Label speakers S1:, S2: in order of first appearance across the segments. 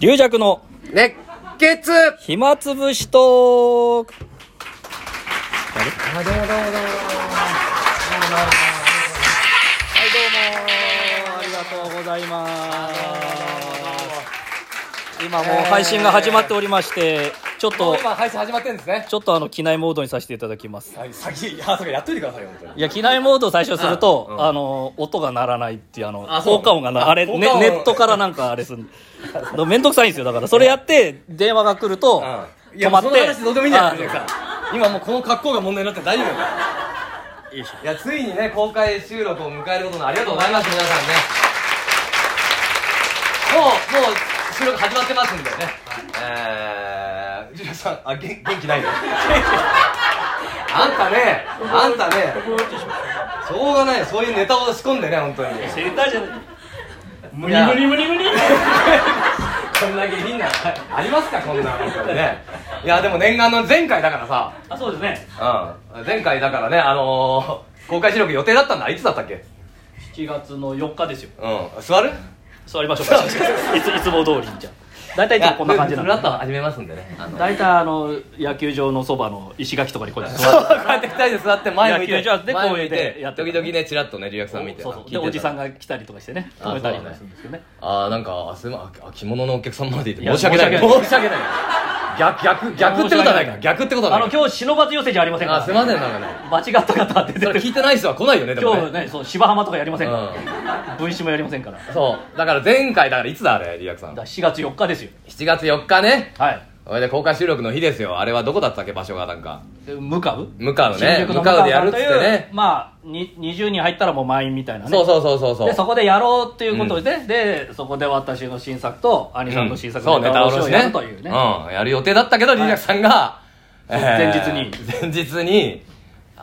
S1: 龍尺の
S2: 熱血
S1: 暇つぶしトーク
S2: あどうもどうもどうもどうも
S1: はいどうもありがとうございます今もう配信が始まっておりましてちょっ
S2: どうもも
S1: と
S2: う今配信始まってるんですね
S1: ちょっとあの機内モードにさせていただきます
S2: はい先あそうかやっといてくださいよ本当に
S1: いや機内モードを最初すると
S2: うん
S1: あの音が鳴らないっていうあの
S2: あそう
S1: 効果音がなあれ
S2: 効
S1: ね
S2: 果音
S1: ネットからなんかあれすん のめんどくさいんですよだからそれやって電話が来ると
S2: いや
S1: 止まっ
S2: もうその
S1: て
S2: 話どうでもいいんだよ
S1: あ
S2: というか今もうこの格好が問題になって大丈夫よいやついにね公開収録を迎えることのありがとうございます皆さんねもうもう収録始まってますんでね、えー藤田さんあ元元気ないのあんたねあんたねしょうがないよそういうネタを仕込んでね本当に
S1: セーターじゃない
S2: 無理無理無理無理 こんな下品なありますかこんな本当にねいやでも念願の前回だからさ
S1: あそうですね
S2: うん前回だからねあのー、公開収録予定だったんだいつだったっけ
S1: 7月の4日ですよ
S2: うん座る
S1: 座りましょ うかいついつも通りにじゃあ大体いつもこんな感じなん
S2: フラッ
S1: で
S2: ト始めますんでねあの
S1: 大体あの野球場のそばの石垣とかにこうやって
S2: そう
S1: 座っ
S2: こうやって二人で座って前向い
S1: 野
S2: て
S1: 球場で
S2: 前向い
S1: こうやってやって
S2: 時々ねチラッとねリアクさん見
S1: て
S2: て
S1: そう
S2: あ
S1: そう
S2: 聞い
S1: でおじさん
S2: が
S1: が来たりとかしてね
S2: あ
S1: 止めたりとかするんですけどね
S2: あーなんかあすいませんあ着物のお客さんまでいて
S1: いや
S2: 申し訳ない
S1: 申し訳ない
S2: 申し訳ない逆逆 逆ってことはないから逆ってことは
S1: あ
S2: ない
S1: の今日忍ばず寄せじゃありませんから
S2: あすいませんなんかね
S1: 間違った方は出
S2: そ
S1: て
S2: れ
S1: る
S2: 聞いてない人は来ないよねでもね
S1: 今日ねそう芝浜とかやりませんか
S2: う
S1: ら分子もやりませんからだか
S2: んそうだから前回だからいつだあれリアクさん
S1: ら4月4日ですよ
S2: 7月4日ね
S1: はい
S2: それで公開収録の日ですよあれはどこだったっけ場所がなんか
S1: で向かう
S2: 向かう
S1: 新
S2: ね
S1: 宿の
S2: 向
S1: 向か
S2: かう
S1: う
S2: で
S1: で
S2: や
S1: や
S2: る
S1: る
S2: っ
S1: っつ
S2: つっ
S1: ってて
S2: ね
S1: ねまあに20人入ったらもう満員みたいなね
S2: そうそうそうそうそう
S1: でそこでやろうっていうことで、でそこで私の新作と兄さんの新作のネタ卸しをやるというね,、
S2: うんやる予定だったけどリリアクさんが、
S1: い前
S2: 前日に前日に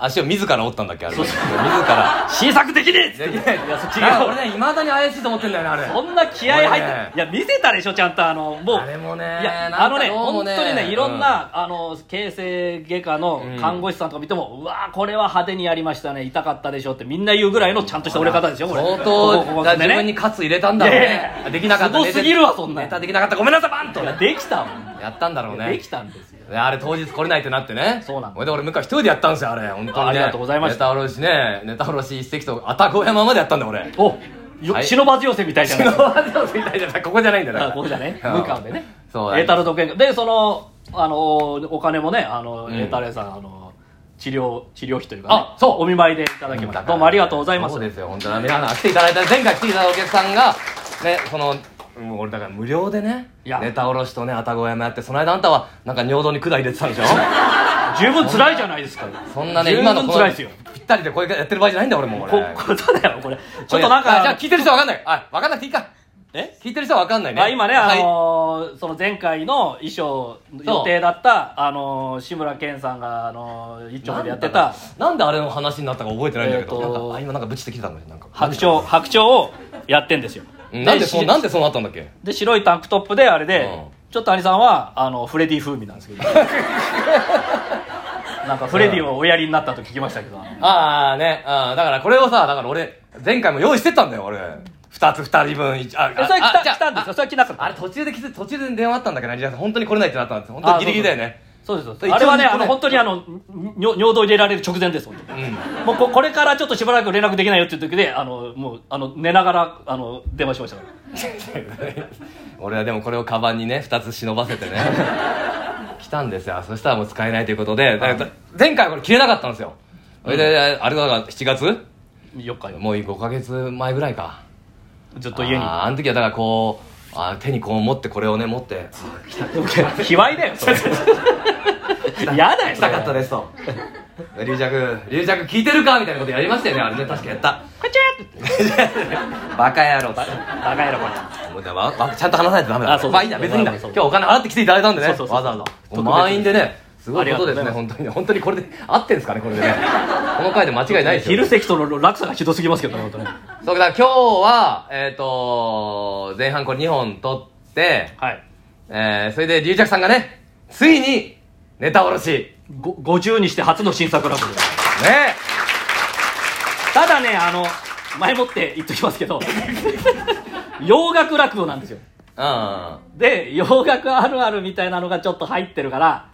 S2: 足を自ら折ったんだっけあれ
S1: そう
S2: 自
S1: そう
S2: ら
S1: 新作できねえっつっていやそ
S2: なんか
S1: 違う
S2: 俺ねいまだに怪しいと思ってんだよねあれ
S1: そんな気合入って、
S2: 俺ね
S1: いや見せたでしょちゃんとあのもう
S2: あれもね
S1: いや
S2: な
S1: あ
S2: んか
S1: のね
S2: どうも
S1: 本
S2: ね
S1: 当にねいろんな、あの形成外科の看護師さんとか見ても、うわーこれは派手にやりましたね痛かったでしょってみんな言うぐらいのちゃんとした折れ方でしょこれ
S2: 相
S1: こここ
S2: 当
S1: こ
S2: だ
S1: で
S2: 自分
S1: ね
S2: に喝入れたんだろう
S1: い
S2: ね
S1: やいや
S2: できなかった
S1: すごすぎるわそんな
S2: ネタできなかったごめんなさいバンと
S1: いや
S2: ね
S1: できたも、
S2: やったんだろうんね
S1: できたんですよ
S2: であれ当日来れないってなってね
S1: そうなんだ
S2: ほいで俺向井一人でやったんですよあれ本当に、ね、
S1: ありがとうございました
S2: ネタ卸しねネタ卸し一席と愛宕山までやったんだ俺
S1: およ、
S2: はい
S1: 忍ばず寄せみたいじゃない
S2: 篠原涼子みたいじゃないここじゃないんだよだ
S1: あこうじゃね
S2: うん
S1: 向かうでね
S2: そうだ
S1: エータルと喧嘩でそのあのお金もねあの、
S2: ん
S1: エータレさんあの治療治療費というか、ね、
S2: あそう
S1: お見舞いでいただきましたどうもありがとうございます
S2: そうですよ本当に皆さん来ていただいた前回来ていただいたお客さんがねそのうん俺だから無料でね
S1: いや
S2: ネタ卸しとね愛宕山やってその間あんたはなんか尿道に管入れてたんでし ょ
S1: 十分辛いじゃないですか
S2: そんなね
S1: 十
S2: 今の
S1: 分
S2: こ
S1: 辛
S2: の
S1: いですよ
S2: ぴったりでこういうやってる場合じゃないんだ俺もう
S1: こ
S2: 俺
S1: こそうだよ これちょっとなん
S2: あ
S1: か
S2: じゃあ聞いてる人は分かんないあ分かんなくていいか
S1: え
S2: 聞いてる人は分かんないね
S1: あ今ね、
S2: はい
S1: あのーその前回の衣装予定だった、あのー志村けんさんが、あのー一丁でやってた
S2: なんであれの話になったか覚えてないんだけど、
S1: えーと
S2: なんかあ今なんかブチってきたんだよなんか
S1: 白鳥白鳥をやってんですよ
S2: うんなんでそう
S1: し
S2: なんでそうなったんだっけ
S1: で白いタンクトップであれで、
S2: うん
S1: ちょっと兄さんはあのフレディ風味なんですけど なんかフレディをおやりになったと聞きましたけど、
S2: ああねあーだからこれをさだから俺前回も用意してたんだよ俺2つ2人分いあ
S1: えそれ来
S2: あじゃ
S1: た来た
S2: あ
S1: んですかそれは来なかった
S2: あれ途中で来て途中で電話あったんだけどね本当に来れないってなったんです本当にギリギリだよね
S1: そうですそう
S2: そ
S1: で
S2: う
S1: すあれはね
S2: 一応
S1: あの本当にあのに尿尿道入れられる直前です本当に、もうここれからちょっとしばらく連絡できないよっていう時であのもうあの寝ながらあの電話しましたから
S2: 俺はでもこれをカバンにね2つ忍ばせ てね来たんですよそしたらもう使えないということでだから前回これ切れなかったんですよそれであれだから7月
S1: 4日よ
S2: もう5ヶ月前ぐらいか
S1: ずっと家に
S2: あーあの時はだからこうあー手にこう持ってこれをね持って
S1: 卑猥 だよそれ やだよ
S2: 来
S1: それ
S2: たかったで すと龍尺龍尺聞いてるかみたいなことやりましたよねあれね確か やった
S1: こっち
S2: バカ野郎って
S1: バカ野郎これ
S2: もうねわわちゃんと話さないとダメだ
S1: あそうそう
S2: まあいいんだ別にいいんだ
S1: そ
S2: 今
S1: う
S2: 日お金払ってきていただいたんでね
S1: そうそうそう
S2: わざわ
S1: 特別
S2: ざ
S1: に
S2: 満員でねすごいことです
S1: あり
S2: ね
S1: がと
S2: 本当に本当にこれで合ってんですかねこれ でねこの回で間違いないですよ
S1: 昼席との落差がひどすぎますけどね本当に
S2: そうだから今日はえっ、と前半これ2本取って
S1: はい
S2: えー、それで龍尺さんがねついにネタおろしね
S1: ご50にして初の新作ラブでただねあの前もって言っときますけど 洋楽落語なんですよ
S2: うんあ
S1: で洋楽あるあるみたいなのがちょっと入ってるから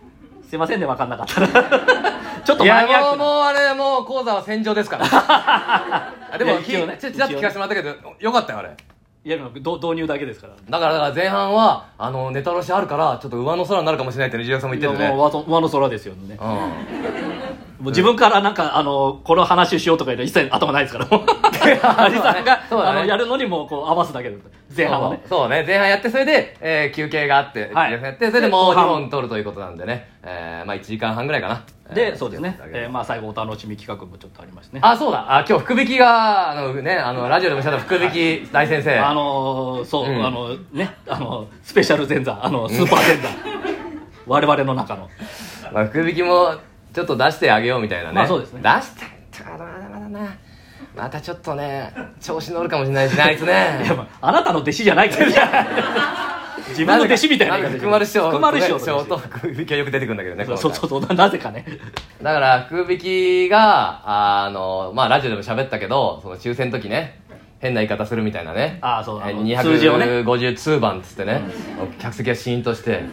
S1: すいませんね分かんなかったら ちょっ
S2: あ。
S1: と
S2: い
S1: マニ
S2: や、
S1: アッ
S2: も
S1: ク
S2: う、
S1: な
S2: もうあれ、もう講座は戦場で すから。あで
S1: い
S2: も、
S1: や
S2: き
S1: 一
S2: ちょ
S1: 応
S2: っ
S1: ね
S2: とちらっと聞かせてもらったけど、よかったよ、あれ。
S1: いやでもど導入だけですから
S2: だから、だから前半は、あの、ネタロシあるから、ちょっと上の空になるかもしれないってね、ジュリアさんも言ってて
S1: いや
S2: ね。
S1: もうわと上の空ですよね
S2: うん。
S1: もう自分からなんか、あの、この話しようとか言うの一切頭ないですから、 もう。アジさんが、
S2: そうだね
S1: あの、やるのにもうこう合わすだけです。前半はね。
S2: そうそうね、前半やって、それで、えー休憩があって、
S1: はい
S2: やって、それでも
S1: 後
S2: う2
S1: 半
S2: 本取るということなんでね、えー、まあ1時間半ぐらいかな。え
S1: で、
S2: ー
S1: そうですね。えー
S2: あ
S1: まあ最後お楽しみ企画もちょっとありましてね。
S2: あ、そうだ、あ、今日福引きが、あのね、あの、ラジオでもした福引き大先生。
S1: あのーそう、
S2: うん
S1: あの、ね、あの、スペシャル前座、あの、スーパー前座。我々の中の。
S2: まあ、福引きもちょっと出してあげようみたいなね、
S1: まあそうですね
S2: 出してってかまだまだなまたちょっとね調子乗るかもしれないしねあいつね
S1: いや、まあ、あなたの弟子じゃないから。自分の弟子みたいな
S2: ぜ
S1: 言い方
S2: か福丸師匠
S1: 福丸師匠
S2: 師匠と福引きはよく出てくるんだけどね
S1: そうそう
S2: この
S1: そうそう、なぜかね。
S2: 回だから福引きがあのまあラジオでも喋ったけどその抽選の時ね変な言い方するみたいなね
S1: あーそうあの数字をね
S2: 252番っつってね、客席がシーンとして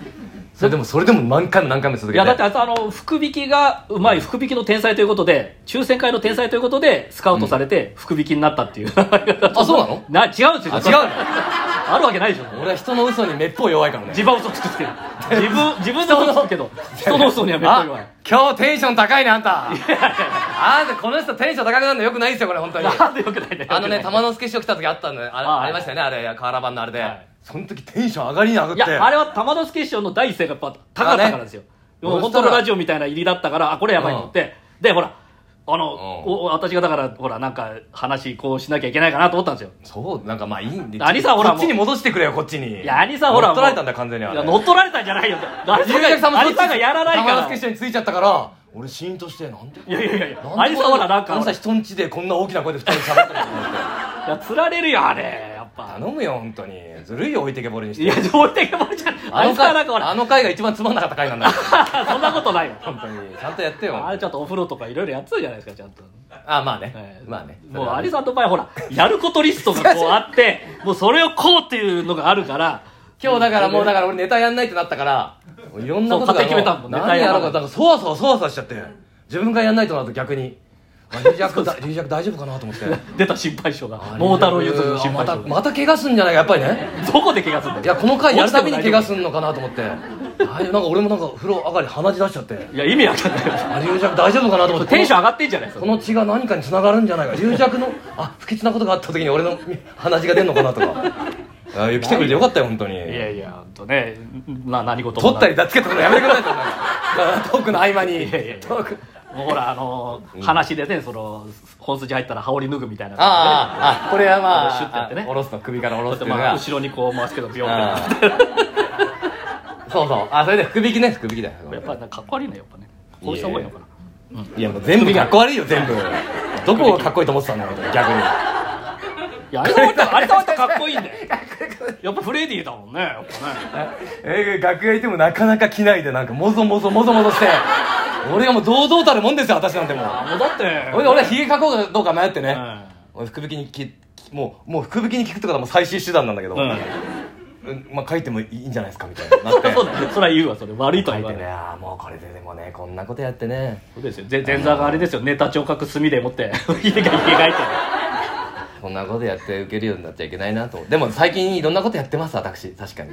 S2: それでもそれでも何回も何回も続
S1: い
S2: けて
S1: やだってあいつあの福引きがうまい福引きの天才ということで抽選会の天才ということでスカウトされて福引きになったっていう、
S2: あそうなの
S1: な違うんですよ
S2: あ違うの
S1: あるわけないでしょ
S2: 俺は人の嘘にめっぽう弱いからね
S1: 自分は嘘つくけど自分自分で嘘つくけど人の嘘にはめっぽいわ
S2: あ今日テンション高いねあんたあんたこの人テンション高くなるのよくないですよこれ本当に
S1: なんでよくないんだよ
S2: あのね玉之助師匠来た時あったのよあれ
S1: あ
S2: あ
S1: はい
S2: りましたよねあれ瓦版のあれで、
S1: はい
S2: その時テンション上がりに上がっ
S1: い
S2: て
S1: やあれは玉之助師匠の第一声がやっぱ高かったからですよ、
S2: あね
S1: もう本当のラジオみたいな入りだったからあこれやばいと思って、でほらあの、
S2: うん
S1: お私がだからほらなんか話こうしなきゃいけないかなと思ったんですよ
S2: そうなんかまあいいんで
S1: ありさほら
S2: こっちに戻してくれよこっちに
S1: いや、アニさんほら。
S2: 乗っ取られたんだよ完全にあ
S1: い
S2: れ
S1: や、乗っ取られたんじゃないよ。アニさん
S2: 龍角
S1: が、ア
S2: そっ
S1: ニ
S2: ち
S1: さんがやらないか
S2: 玉
S1: ら。
S2: 之助
S1: い
S2: 師匠についちゃったから俺シーンとしてなんで
S1: やいやいやいや
S2: な、で
S1: アニさんほら、なんかほ
S2: あん
S1: ら、
S2: た
S1: い
S2: 人んちでこんな大きな声で二人で喋ってる のと思って
S1: や、釣られるよ、あれ。やっぱ。
S2: 頼むよ本当にずるいよ置いてけぼりにし
S1: い
S2: て
S1: や、置いてけぼりじゃん。あ
S2: あの
S1: いつは
S2: 回
S1: なんかほ
S2: あの回が一番つまんなかった回 なんだよ
S1: ら、 そんなことないよ。
S2: 本当にちゃんとやってよ
S1: あれちょっとお風呂とかいろいろやってたじゃないですか、ちゃんと。
S2: あまあね、
S1: ええ
S2: まあね
S1: もうアニさんの場合ほら、やることリストがこうあ って、もうそれをこうっていうのがあるから、
S2: 今日だからもうだから俺ネタやんないってなったからもういろんなことが
S1: そう勝手に決めたもん
S2: ね
S1: ね
S2: 何やろうか
S1: ネタやらない
S2: だからそわそわそわそわしちゃって自分がやんないとなると逆にあリージャックだリージャック大丈夫かなと思って
S1: 出た心配性が、桃太郎ゆずの心
S2: ま
S1: 配
S2: た
S1: 性が。
S2: また怪我すんじゃないかやっぱりね
S1: どこで怪我するん
S2: い
S1: だよ。
S2: やこの回やるたびに怪我すんのかなと思ってあれなんか俺もなんか風呂上がり鼻血出しちゃって
S1: いや、意味わかんないよ。
S2: あリージャック大丈夫かなと思って
S1: テンション上がってんじゃないですか
S2: こ。の血が何かに繋がるんじゃないか流弱のあ不吉なことがあった時に俺の鼻血が出んのかなとかあ来てくれてよかったよ本当に
S1: いやいや、ほんとね、な、何事も
S2: 取
S1: な
S2: っ
S1: く
S2: たりだっつけたことやめてくださいよなんかトークの合間
S1: い
S2: に
S1: やいやいや
S2: トーク
S1: もうほら、あのー話でね、その、本筋入ったら羽織脱ぐみたいな、ね。
S2: あああこれはまあ
S1: シュッてやってね
S2: あ下ろすの首から下ろすっていうの
S1: まあ、
S2: が
S1: 後ろにこう回すけど、ビヨン
S2: あ
S1: っ
S2: ーそうそうあそれで福引きね福引きだよ
S1: て。やっぱりなんかかっこ悪いね、やっぱね。こうした方がいいのかな。
S2: いやもう全部かっこ悪いよ全部どこがかっこいいと思ってたんだよ逆に
S1: いや、あれ触った、あれ触ったらかっこいいんだよ。やっぱフレディだもんね、やっぱね。
S2: えー、楽屋いてもなかなか着ないでなんかもぞもぞもぞもぞして俺がもう堂々たるもんですよ私なんてもう
S1: もうだって、
S2: それで俺はヒゲ描こうかどうか迷ってね、
S1: うん
S2: 俺福引きにきもうもう福引きに聞くってことはもう最終手段なんだけど、うんまあ書いてもいいんじゃないですかみたいになって
S1: そうだね、それは言うわ、それ。悪いとは
S2: 書い
S1: 言わ
S2: てね
S1: ない。
S2: ああもうこれででもねこんなことやってね
S1: そうですよ。ぜ前座があれですよ、ネタ聴覚墨で持 って、家が家がいて。
S2: こんなことやって受けるようになっちゃいけないなと思ってでも最近いろんなことやってます私確か に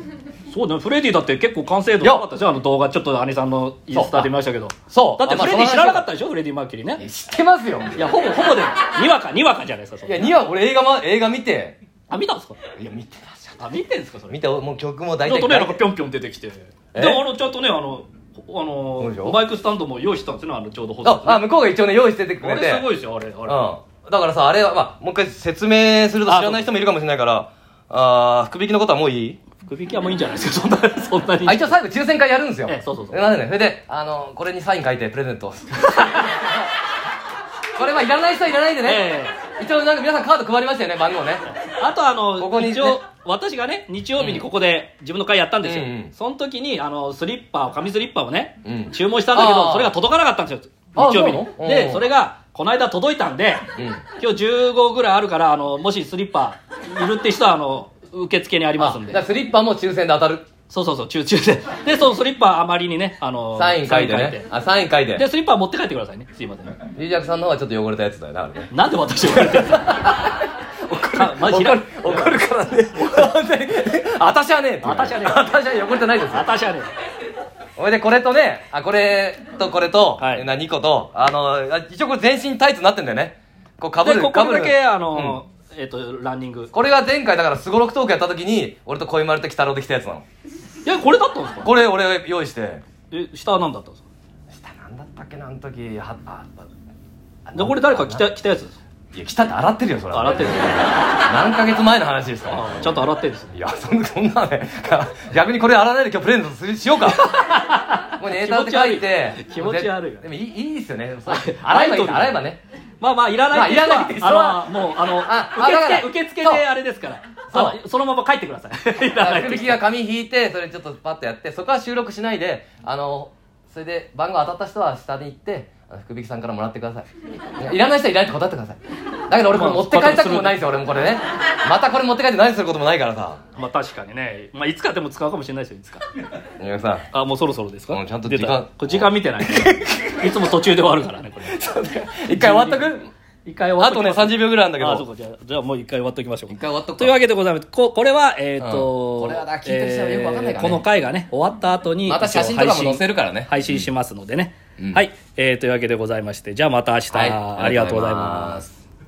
S1: そうだね、フレディだって結構完成度なかったじゃん、あの動画、ちょっと兄さんのインスタで見ましたけど。
S2: そう
S1: だって
S2: あまあ
S1: フレディ
S2: そ
S1: 知
S2: の話
S1: らなかったでしょ、フレディ・マーキュリーね。
S2: 知ってますよ
S1: いや、ほぼ、ほぼで、にわか、にわかじゃないですか、そ
S2: い
S1: れ
S2: や2話俺映画,、ま、映画見て
S1: あ、見たんですか
S2: いや見てたじ
S1: あ、見てんですか、そ
S2: ゃん
S1: れ。
S2: 見てもう曲も大
S1: ちょっと
S2: 体
S1: ね、なんかぴょんぴょん出てきて。で、あ
S2: え
S1: の、ちゃんとね、あの、あ
S2: そうでしょ
S1: の、バイクスタンドも用意したんですよね、あの、ちょうどホ
S2: ああ
S1: あ
S2: 向こうが一応ね用意しててくれて
S1: れすごいですよ、あれ、あれ。
S2: うん、だからさあれは、まあ、もう一回説明すると知らない人もいるかもしれないからあー福引きのことはもういい
S1: 福引きはもういいんじゃないですか、そんな、そんなに。
S2: あ一応最後抽選会やるんですよ
S1: ええそうそうそう
S2: なんでねそれであのこれにサイン書いてプレゼント これはいらない人はいらないでね、一応なんか皆さんカード配りましたよね番号ね
S1: あとあの、
S2: ここにね
S1: 一応、私がね、日曜日にここで自分の会やったんですよ。
S2: うんうん
S1: その時に、あの、スリッパを、紙スリッパをね、
S2: うん
S1: 注文したんだけ
S2: あ
S1: ど、
S2: ー
S1: それが届かなかったんですよ。
S2: あ
S1: 日曜日に
S2: そうな。のうんう
S1: で、
S2: ん
S1: それが、この間届いたんで、
S2: うん
S1: 今日15ぐらいあるから、あの、もしスリッパいるって人は、あの、受付にありますん
S2: だ
S1: で
S2: からスリッパも抽選で当たる。
S1: そうそうそう中中ででそうスリッパあまりにねあの
S2: サイン書いて
S1: サイ
S2: ね。あ、サイン書いて。
S1: でスリッパ持って帰ってくださいねすいません
S2: リージャクさんの方はちょっと汚れたやつだよな、あれね。
S1: なんで私を言ってん のあマジ開く
S2: 怒るからね。 本当に私はね。
S1: 私はね
S2: 私は汚れてないですよ。
S1: 私はね
S2: ほいで、これとね、あ、これとこれと、
S1: はい
S2: な、2個と、あの、あ一応これ全身タイツになってんだよね。こう、かぶ
S1: で
S2: る、
S1: こ
S2: か
S1: こ
S2: ぶる。
S1: だけあの、えっ、とランニング
S2: これが前回だからすごろくトークやった時に俺と小丸と鬼太郎で来たやつなの
S1: いやこれだったんですか
S2: これ俺用意して
S1: え下は何だったんですか
S2: 下なんだったっけなあの時はああ
S1: でこれ誰か着た着たやつです
S2: いや来たって洗ってるよそれ
S1: 洗ってるんですよ
S2: 何ヶ月前の話ですか
S1: あちゃんと洗ってるんですよ
S2: いやそんそんなね 逆にこれ洗わないで今日プレゼントするしようか ここにエーターって書いて
S1: 気持ち悪い
S2: でもいいいいですよねそう洗えばいい洗えばね
S1: まあまあいらない
S2: まあいらないって人は
S1: あのもうあの
S2: ああだから
S1: 受付受付で
S2: そう
S1: あれですから
S2: そう
S1: あのそのまま帰ってくださ いいら ないっ
S2: 福
S1: て
S2: 引き
S1: 人
S2: が紙引いてそれちょっとパッとやってそこは収録しないであのそれで番号当たった人は下に行ってあの福引きさんからもらってくださいい らない人はいらないって答えてくださいだけど俺これ持って帰りたくもないんですよ俺もこれねまたこれ持って帰って何することもないからさ
S1: まあ確かにね、まあ、いつかでも使うかもしれないですよいつか
S2: 皆さん
S1: あもうそろそろですか
S2: うんちゃんと
S1: 出
S2: 時
S1: た
S2: 間
S1: これ時間見 てない、ね、いつも途中で終わるからねこれ
S2: 一回終わっとく
S1: 一回終わ
S2: あ
S1: っと
S2: と
S1: き
S2: ね
S1: ます
S2: 30秒ぐらいあるんだけ
S1: あそう
S2: ど
S1: かじゃあじゃあもう一回終わっときましょう
S2: 一回終わっとくか
S1: というわけでございますここれはえっ、と、
S2: うんこれはだ聞いてる人はよくわかんないからね
S1: この回がね終わった後に
S2: また写真とかも載せるからね
S1: 配信しますのでね、はい、えーというわけでございましてじゃあまた明日、
S2: はい
S1: ありがとうございます